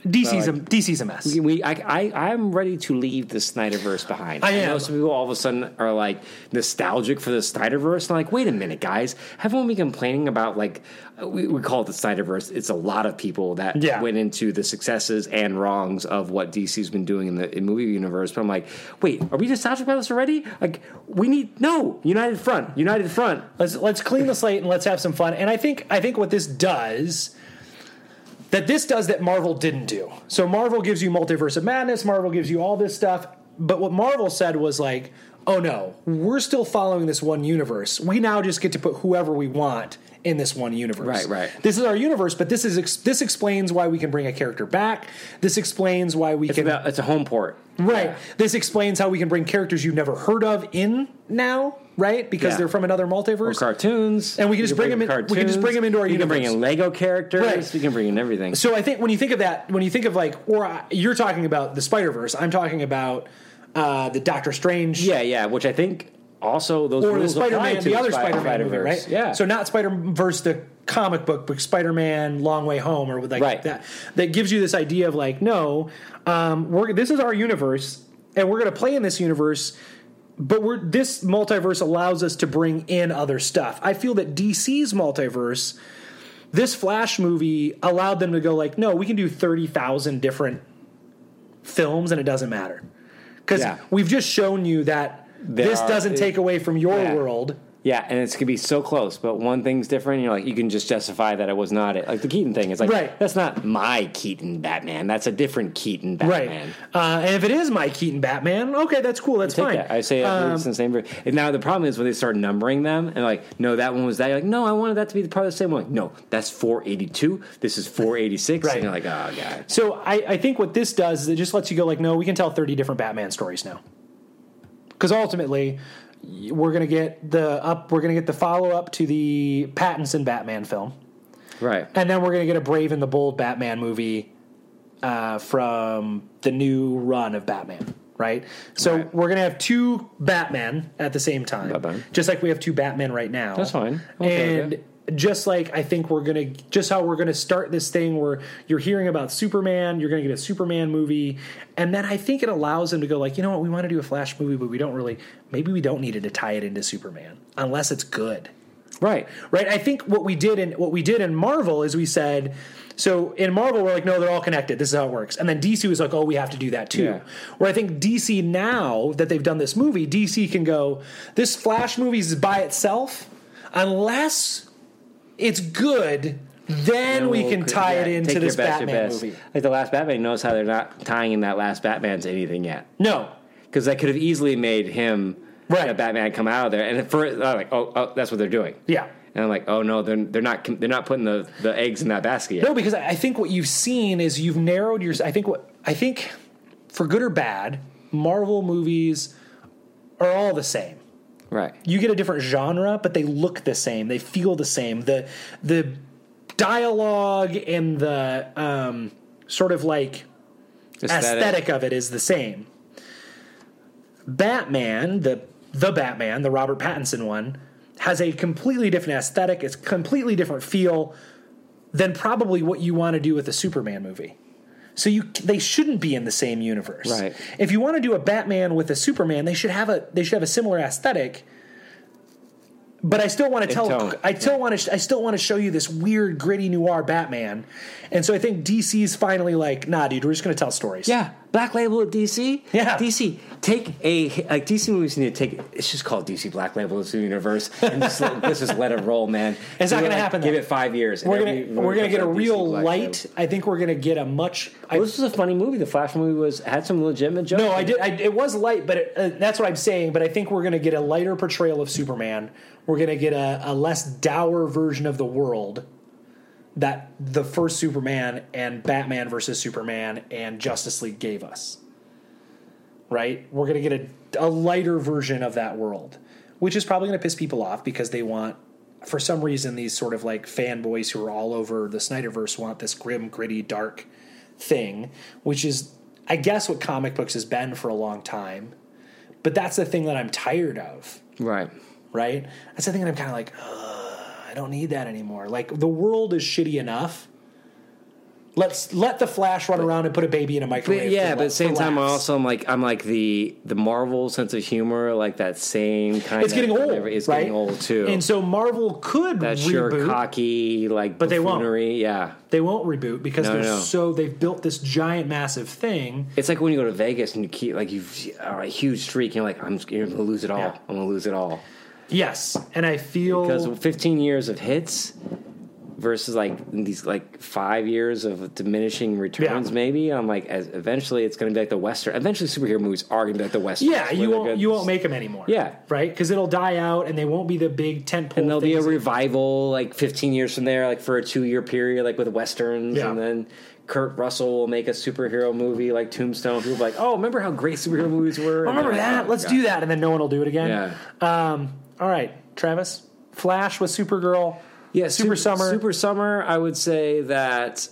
Speaker 2: DC's a DC's a mess.
Speaker 3: We, I, I, I'm ready to leave the Snyderverse behind.
Speaker 2: I
Speaker 3: know
Speaker 2: am.
Speaker 3: some people all of a sudden are like nostalgic for the Snyderverse. And I'm like, wait a minute, guys, haven't we been complaining about like we, we call it the Snyderverse? It's a lot of people that
Speaker 2: Yeah.
Speaker 3: went into the successes and wrongs of what DC's been doing in the in movie universe. But I'm like, wait, are we nostalgic about this already? Like, we need no United Front, United Front.
Speaker 2: Let's let's clean the slate and let's have some fun. And I think I think what this does that this does that Marvel didn't do. So Marvel gives you Multiverse of Madness, Marvel gives you all this stuff, but what Marvel said was like, "Oh no, we're still following this one universe. We now just get to put whoever we want in this one universe."
Speaker 3: Right, right.
Speaker 2: This is our universe, but this is ex- this explains why we can bring a character back. This explains why we
Speaker 3: It's
Speaker 2: can
Speaker 3: about it's a home port.
Speaker 2: Right. This explains how we can bring characters you've never heard of in now, right? Because
Speaker 3: Yeah.
Speaker 2: they're from another multiverse.
Speaker 3: Cartoons,
Speaker 2: And we can just bring 'em in- we can just bring 'em into our
Speaker 3: You can bring
Speaker 2: universe.
Speaker 3: in Lego characters.
Speaker 2: Right.
Speaker 3: We can bring in everything.
Speaker 2: So I think when you think of that, when you think of like, or uh, you're talking about the Spider Verse, I'm talking about uh, the Doctor Strange,
Speaker 3: Yeah, yeah. Which I think also those
Speaker 2: or the
Speaker 3: rules
Speaker 2: Spider
Speaker 3: apply
Speaker 2: Man,
Speaker 3: to
Speaker 2: the other
Speaker 3: Spi-
Speaker 2: Spider Man movie,
Speaker 3: Spider-Verse.
Speaker 2: right?
Speaker 3: Yeah.
Speaker 2: So not Spider Verse, the comic book, but Spider Man, Long Way Home, or like
Speaker 3: Right.
Speaker 2: that. That gives you this idea of like, no, um, we're this is our universe, and we're going to play in this universe. But we're this multiverse allows us to bring in other stuff. I feel that DC's multiverse this Flash movie allowed them to go like, no, we can do thirty thousand different films and it doesn't matter because
Speaker 3: Yeah.
Speaker 2: we've just shown you that
Speaker 3: There
Speaker 2: this
Speaker 3: are-
Speaker 2: doesn't
Speaker 3: it-
Speaker 2: take away from your
Speaker 3: Yeah.
Speaker 2: world.
Speaker 3: yeah, and it's gonna be so close, but one thing's different. and You're like, you can just justify that it was not it. Like the Keaton thing. It's like,
Speaker 2: Right.
Speaker 3: that's not my Keaton Batman. That's a different Keaton Batman.
Speaker 2: Right. Uh, and if it is Mike Keaton Batman, okay, that's cool. That's
Speaker 3: Take
Speaker 2: fine. Um,
Speaker 3: that. I say uh, it's the same. ver- And now the problem is when they start numbering them and like, no, that one was that. You're like, no, I wanted that to be part of the same one. No, that's 482. This is 486.
Speaker 2: Right.
Speaker 3: And you're like, oh god.
Speaker 2: So I, I think what this does is it just lets you go like, no, we can tell 30 different Batman stories now. Because ultimately, y- we're gonna get the up, we're gonna get the follow up to the Pattinson Batman film,
Speaker 3: Right.
Speaker 2: and then we're gonna get a Brave and the Bold Batman movie uh, from the new run of Batman. Right, so
Speaker 3: Right.
Speaker 2: we're gonna have two Batman at the same time,
Speaker 3: Batman.
Speaker 2: just like we have two Batman right now.
Speaker 3: That's fine. I'm okay with
Speaker 2: and
Speaker 3: it.
Speaker 2: just like I think we're gonna, just how we're gonna start this thing where you're hearing about Superman, you're gonna get a Superman movie, and then I think it allows them to go like, you know what, we want to do a Flash movie, but we don't really, maybe we don't need it to tie it into Superman unless it's good.
Speaker 3: Right.
Speaker 2: right? I think what we did in what we did in Marvel is we said, so in Marvel we're like, no, they're all connected. This is how it works. And then DC was like, oh, we have to do that too.
Speaker 3: Yeah.
Speaker 2: Where I think DC now that they've done this movie, DC can go, this Flash movie is by itself, unless it's good. Then we can tie it
Speaker 3: Yeah,
Speaker 2: into
Speaker 3: take
Speaker 2: this
Speaker 3: your best, your
Speaker 2: Batman
Speaker 3: best.
Speaker 2: movie.
Speaker 3: Like the last Batman knows how they're not tying in that last Batman to anything yet.
Speaker 2: No,
Speaker 3: because that could have easily made him
Speaker 2: Right.
Speaker 3: that Batman come out of there. And for I'm like, oh, oh, that's what they're doing.
Speaker 2: Yeah.
Speaker 3: And I'm like, oh no, they're they're not they're not putting the, the eggs in that basket yet.
Speaker 2: No, because I I think what you've seen is you've narrowed your. I think what I think, for good or bad, Marvel movies are all the same.
Speaker 3: Right.
Speaker 2: You get a different genre, but they look the same. They feel the same. The the dialogue and the um, sort of like aesthetic of it is the same. Batman, the the Batman, the Robert Pattinson one, has a completely different aesthetic. It's completely different feel than probably what you want to do with a Superman movie. So you they shouldn't be in the same universe.
Speaker 3: Right.
Speaker 2: If you want to do a Batman with a Superman, they should have a they should have a similar aesthetic. But I still want to tell
Speaker 3: tone,
Speaker 2: I still want to I still want to show you this weird gritty noir Batman. And so I think DC's finally like, "Nah, dude, we're just going to tell stories."
Speaker 3: Yeah, Black Label at DC.
Speaker 2: Yeah.
Speaker 3: DC take a like DC movies need to take. It's just called DC Black Label. It's the universe. And just, let- let's just let it roll, man.
Speaker 2: It's
Speaker 3: Do
Speaker 2: not
Speaker 3: it,
Speaker 2: gonna
Speaker 3: like,
Speaker 2: happen,
Speaker 3: Give
Speaker 2: though.
Speaker 3: it five years. and
Speaker 2: we're
Speaker 3: every
Speaker 2: gonna
Speaker 3: movie
Speaker 2: we're gonna
Speaker 3: comes
Speaker 2: get a
Speaker 3: out DC
Speaker 2: real
Speaker 3: Black
Speaker 2: light. I think we're gonna get a much. I,
Speaker 3: Label. This was a funny movie. The Flash movie was had some legitimate jokes.
Speaker 2: no,
Speaker 3: in
Speaker 2: I
Speaker 3: it.
Speaker 2: did. I, it was light, but it, uh, that's what I'm saying. But I think we're gonna get a lighter portrayal of Superman. We're gonna get a, a less dour version of the world that the first Superman and Batman versus Superman and Justice League gave us. Right, we're gonna get a, a lighter version of that world, which is probably gonna piss people off because they want. For some reason, these sort of like fanboys who are all over the Snyderverse want this grim, gritty, dark thing, which is, I guess, what comic books has been for a long time. But that's the thing that I'm tired of,
Speaker 3: Right.
Speaker 2: right? That's the thing that I'm kind of like, Ugh, I don't need that anymore. Like the world is shitty enough. Let's let the Flash run around and put a baby in a microwave.
Speaker 3: But
Speaker 2: for
Speaker 3: yeah, but at
Speaker 2: la-
Speaker 3: the same
Speaker 2: for
Speaker 3: time, I
Speaker 2: laughs.
Speaker 3: also am like I'm like the the Marvel sense of humor, like that same kind.
Speaker 2: it's
Speaker 3: of
Speaker 2: getting old.
Speaker 3: whatever- It's
Speaker 2: right?
Speaker 3: getting old too.
Speaker 2: And so Marvel could
Speaker 3: that
Speaker 2: reboot.
Speaker 3: sure cocky, like but
Speaker 2: they won't.
Speaker 3: Yeah,
Speaker 2: they won't reboot because
Speaker 3: No,
Speaker 2: they're
Speaker 3: no.
Speaker 2: so they've built this giant, massive thing.
Speaker 3: it's like when you go to Vegas and you keep like you are a huge streak. And you're like I'm, just- you're gonna lose it all.
Speaker 2: Yeah.
Speaker 3: I'm gonna lose it all
Speaker 2: Yes, and I feel
Speaker 3: because 15 years of hits versus like these like five years of diminishing returns.
Speaker 2: Yeah.
Speaker 3: Maybe I'm like as eventually it's gonna be like the western. Eventually, superhero movies are gonna be like the western.
Speaker 2: Yeah, you won't you won't make them anymore.
Speaker 3: Yeah.
Speaker 2: right, because it'll die out and they won't be the big tentpole.
Speaker 3: And there'll be a
Speaker 2: things.
Speaker 3: revival like 15 years from there, like for a two year period, like with westerns.
Speaker 2: Yeah.
Speaker 3: And then Kurt Russell will make a superhero movie like Tombstone. People will be like, oh, remember how great superhero movies were?
Speaker 2: I remember that. Let's do that, and then no one will do it again.
Speaker 3: "Oh, Yeah.
Speaker 2: Um. All right, Travis. Flash with Supergirl.
Speaker 3: Yeah,
Speaker 2: Super Summer.
Speaker 3: Super Summer, I would say that,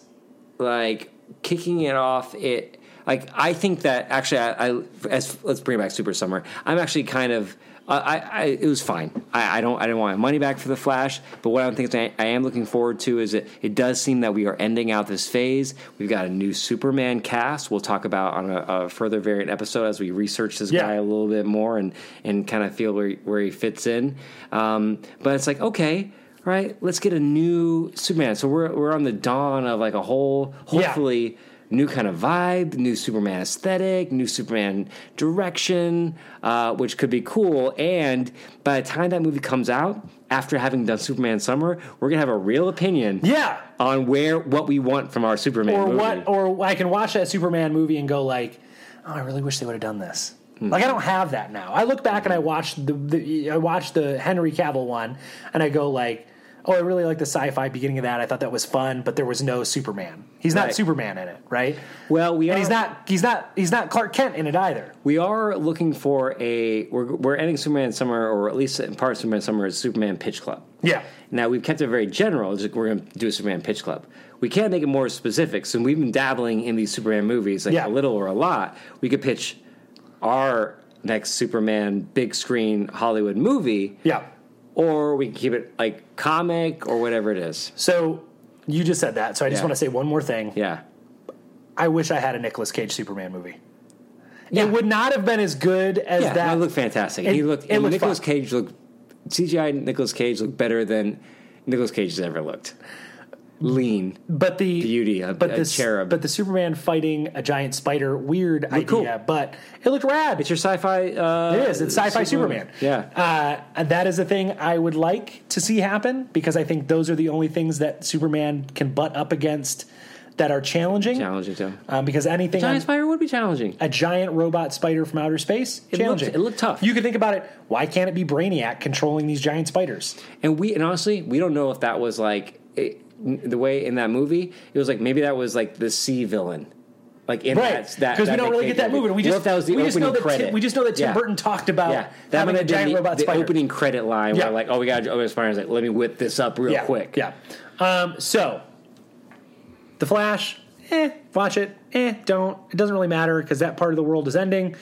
Speaker 3: like, kicking it off, it, like, I think that actually, I, I as, let's bring back Super Summer. I'm actually kind of, I, I, I it was fine. I, I don't, I didn't want my money back for the Flash, but what I think I, I am looking forward to is it, it does seem that we are ending out this phase. We've got a new Superman cast. We'll talk about on a, a further variant episode as we research this
Speaker 2: Yeah.
Speaker 3: guy a little bit more and and kind of feel where he, where he fits in. Um, but it's like okay, all right, let's get a new Superman. So we're we're on the dawn of like a whole
Speaker 2: Yeah.
Speaker 3: hopefully new kind of vibe, new Superman aesthetic, new Superman direction, uh, which could be cool. And by the time that movie comes out, after having done Superman Summer, we're gonna have a real opinion.
Speaker 2: Yeah.
Speaker 3: On where what we want from our Superman
Speaker 2: Or
Speaker 3: movie.
Speaker 2: what? Or I can watch that Superman movie and go like, oh, I really wish they would have done this.
Speaker 3: Hmm.
Speaker 2: Like I don't have that now. I look back and I watched the, the I watched the Henry Cavill one, and I go like, oh, I really like the sci-fi beginning of that. I thought that was fun, but there was no Superman. He's not
Speaker 3: Right.
Speaker 2: Superman in it, right?
Speaker 3: Well, we
Speaker 2: and
Speaker 3: are
Speaker 2: he's not he's not he's not Clark Kent in it either.
Speaker 3: We are looking for a we're we're ending Superman Summer, or at least in part of Superman Summer is Superman Pitch Club.
Speaker 2: Yeah.
Speaker 3: Now we've kept it very general. It's like we're going to do a Superman Pitch Club. We can't make it more specific. So we've been dabbling in these Superman movies, like
Speaker 2: Yeah.
Speaker 3: a little or a lot. We could pitch our next Superman big screen Hollywood movie,
Speaker 2: Yeah.
Speaker 3: or we can keep it like comic or whatever it is.
Speaker 2: So you just said that, so I just
Speaker 3: Yeah.
Speaker 2: want to say one more thing.
Speaker 3: Yeah,
Speaker 2: I wish I had a Nicolas Cage Superman movie.
Speaker 3: yeah,
Speaker 2: It would not have been as good as
Speaker 3: yeah.
Speaker 2: that.
Speaker 3: no, it looked fantastic.
Speaker 2: It-
Speaker 3: he looked.
Speaker 2: it looked
Speaker 3: Nicholas
Speaker 2: fun.
Speaker 3: Cage looked CGI Nicolas Cage looked better than Nicolas Cage has ever looked. Lean.
Speaker 2: But the
Speaker 3: Beauty, a-
Speaker 2: but
Speaker 3: a
Speaker 2: the
Speaker 3: cherub.
Speaker 2: but the Superman fighting a giant spider, weird idea,
Speaker 3: cool.
Speaker 2: but it looked rad.
Speaker 3: It's your sci-fi. Uh,
Speaker 2: It is. It's sci-fi Superman.
Speaker 3: Yeah.
Speaker 2: uh, and that is the thing I would like to see happen because I think those are the only things that Superman can butt up against that are challenging.
Speaker 3: Challenging too.
Speaker 2: Um, because anything
Speaker 3: Giant
Speaker 2: on-
Speaker 3: Spider would be challenging.
Speaker 2: a giant robot spider from outer space,
Speaker 3: It
Speaker 2: challenging.
Speaker 3: looked- it looked tough.
Speaker 2: You could think about it. Why can't it be Brainiac controlling these giant spiders?
Speaker 3: And we and honestly, we don't know if that was like it, the way in that movie. It was like maybe that was like the C villain, like in
Speaker 2: Right,
Speaker 3: that that
Speaker 2: because we
Speaker 3: that
Speaker 2: don't
Speaker 3: they
Speaker 2: really get
Speaker 3: came
Speaker 2: that
Speaker 3: to.
Speaker 2: movie. We
Speaker 3: What
Speaker 2: just
Speaker 3: if that was the
Speaker 2: we just
Speaker 3: opening
Speaker 2: know that
Speaker 3: credit.
Speaker 2: Tim, we just know that Tim
Speaker 3: Yeah.
Speaker 2: Burton talked about
Speaker 3: Yeah, that
Speaker 2: having a
Speaker 3: might have been
Speaker 2: giant
Speaker 3: the,
Speaker 2: robot
Speaker 3: the
Speaker 2: spider.
Speaker 3: opening credit line
Speaker 2: Yeah.
Speaker 3: where like, oh, we got open spider. Like, let me whip this up real
Speaker 2: yeah,
Speaker 3: quick.
Speaker 2: Yeah. Um, so, the Flash, eh, watch it, eh, don't. It doesn't really matter because that part of the world is ending.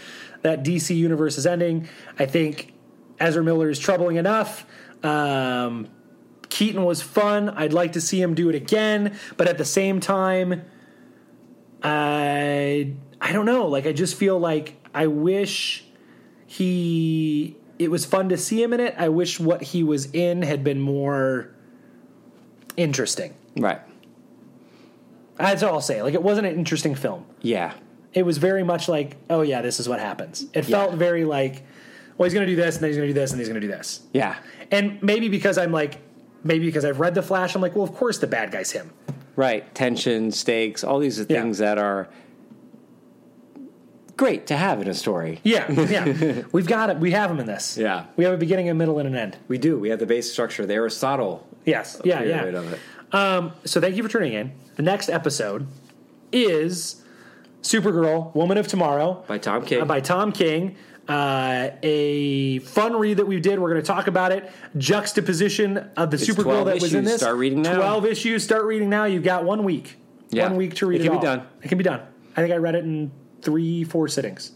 Speaker 2: That DC universe is ending. I think Ezra Miller is troubling enough. Um, Keaton was fun. I'd like to see him do it again, but at the same time, I I don't know. Like I just feel like I wish he. It was fun to see him in it. I wish what he was in had been more interesting.
Speaker 3: Right.
Speaker 2: That's all I'll say. Like it wasn't an interesting film.
Speaker 3: Yeah.
Speaker 2: It was very much like, oh yeah, this is what happens. It
Speaker 3: Yeah.
Speaker 2: felt very like, well, he's gonna do this, and then he's gonna do this, and he's gonna do this.
Speaker 3: Yeah.
Speaker 2: And maybe because I'm like, maybe because I've read The Flash, I'm like, well, of course the bad guy's him.
Speaker 3: Right. Tension, stakes, all these are
Speaker 2: Yeah.
Speaker 3: things that are great to have in a story.
Speaker 2: Yeah, yeah. We've got it. We have him in this.
Speaker 3: Yeah.
Speaker 2: We have a beginning, a middle, and an end.
Speaker 3: We do. We have the base structure, the Aristotle
Speaker 2: Yes. Uh, Yeah.
Speaker 3: pyramid
Speaker 2: Yeah.
Speaker 3: of it.
Speaker 2: Um, so thank you for tuning in. The next episode is Supergirl, Woman of Tomorrow.
Speaker 3: by Tom King.
Speaker 2: uh, by Tom King. Uh, a fun read that we did. We're going to talk about it. Juxtaposition of the
Speaker 3: 12
Speaker 2: Supergirl that was in
Speaker 3: issues.
Speaker 2: this.
Speaker 3: Start reading now.
Speaker 2: Twelve issues. Start reading now. You've got one week.
Speaker 3: Yeah.
Speaker 2: One week to read.
Speaker 3: It can be
Speaker 2: all.
Speaker 3: done.
Speaker 2: It can be done. I think I read it in three, four sittings.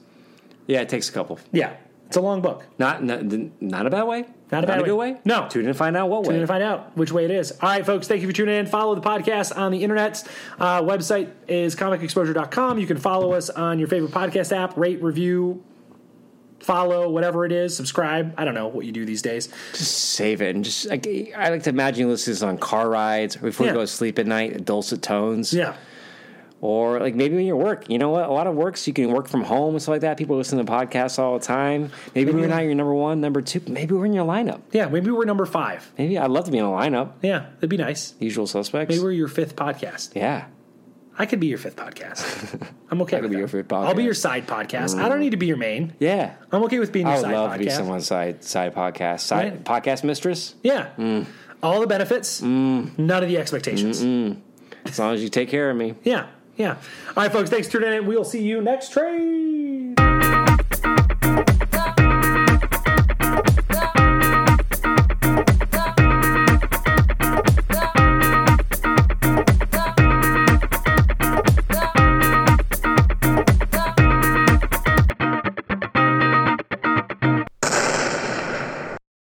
Speaker 3: yeah, it takes a couple.
Speaker 2: Yeah, it's a long book.
Speaker 3: Not not, not a bad way.
Speaker 2: Not a bad way.
Speaker 3: good way.
Speaker 2: No.
Speaker 3: Tune in and find out what
Speaker 2: We're
Speaker 3: way.
Speaker 2: going to find out which way it is. All right, folks, thank you for tuning in. Follow the podcast on the internet. Uh, website is comicexposure.com. You can follow us on your favorite podcast app, rate, review, follow, whatever it is, subscribe. I don't know what you do these days.
Speaker 3: Save it and just like I like to imagine you listen to this on car rides or before
Speaker 2: Yeah.
Speaker 3: you go to sleep at night, dulcet tones.
Speaker 2: Yeah.
Speaker 3: Or like maybe when you work. You know what? A lot of works you can work from home and stuff like that. People listen to podcasts all the time. Maybe we're not your number one, number two. Maybe we're in your lineup.
Speaker 2: Yeah, maybe we're number five.
Speaker 3: Maybe I'd love to be in a lineup.
Speaker 2: Yeah, that'd be nice.
Speaker 3: Usual suspects.
Speaker 2: Maybe we're your fifth podcast.
Speaker 3: yeah.
Speaker 2: I could be your fifth podcast. I'm okay. I
Speaker 3: could be your fifth
Speaker 2: I'll be
Speaker 3: podcast.
Speaker 2: your side podcast. I don't need to be your main.
Speaker 3: Yeah.
Speaker 2: I'm okay with being your
Speaker 3: I would
Speaker 2: side
Speaker 3: love
Speaker 2: podcast.
Speaker 3: to be someone's side side podcast. Side
Speaker 2: Right.
Speaker 3: podcast mistress.
Speaker 2: Yeah.
Speaker 3: Mm.
Speaker 2: All the benefits, none of the expectations.
Speaker 3: As long as you take care of me.
Speaker 2: Yeah. Yeah. All right, folks. Thanks for tuning in. We'll see you next train.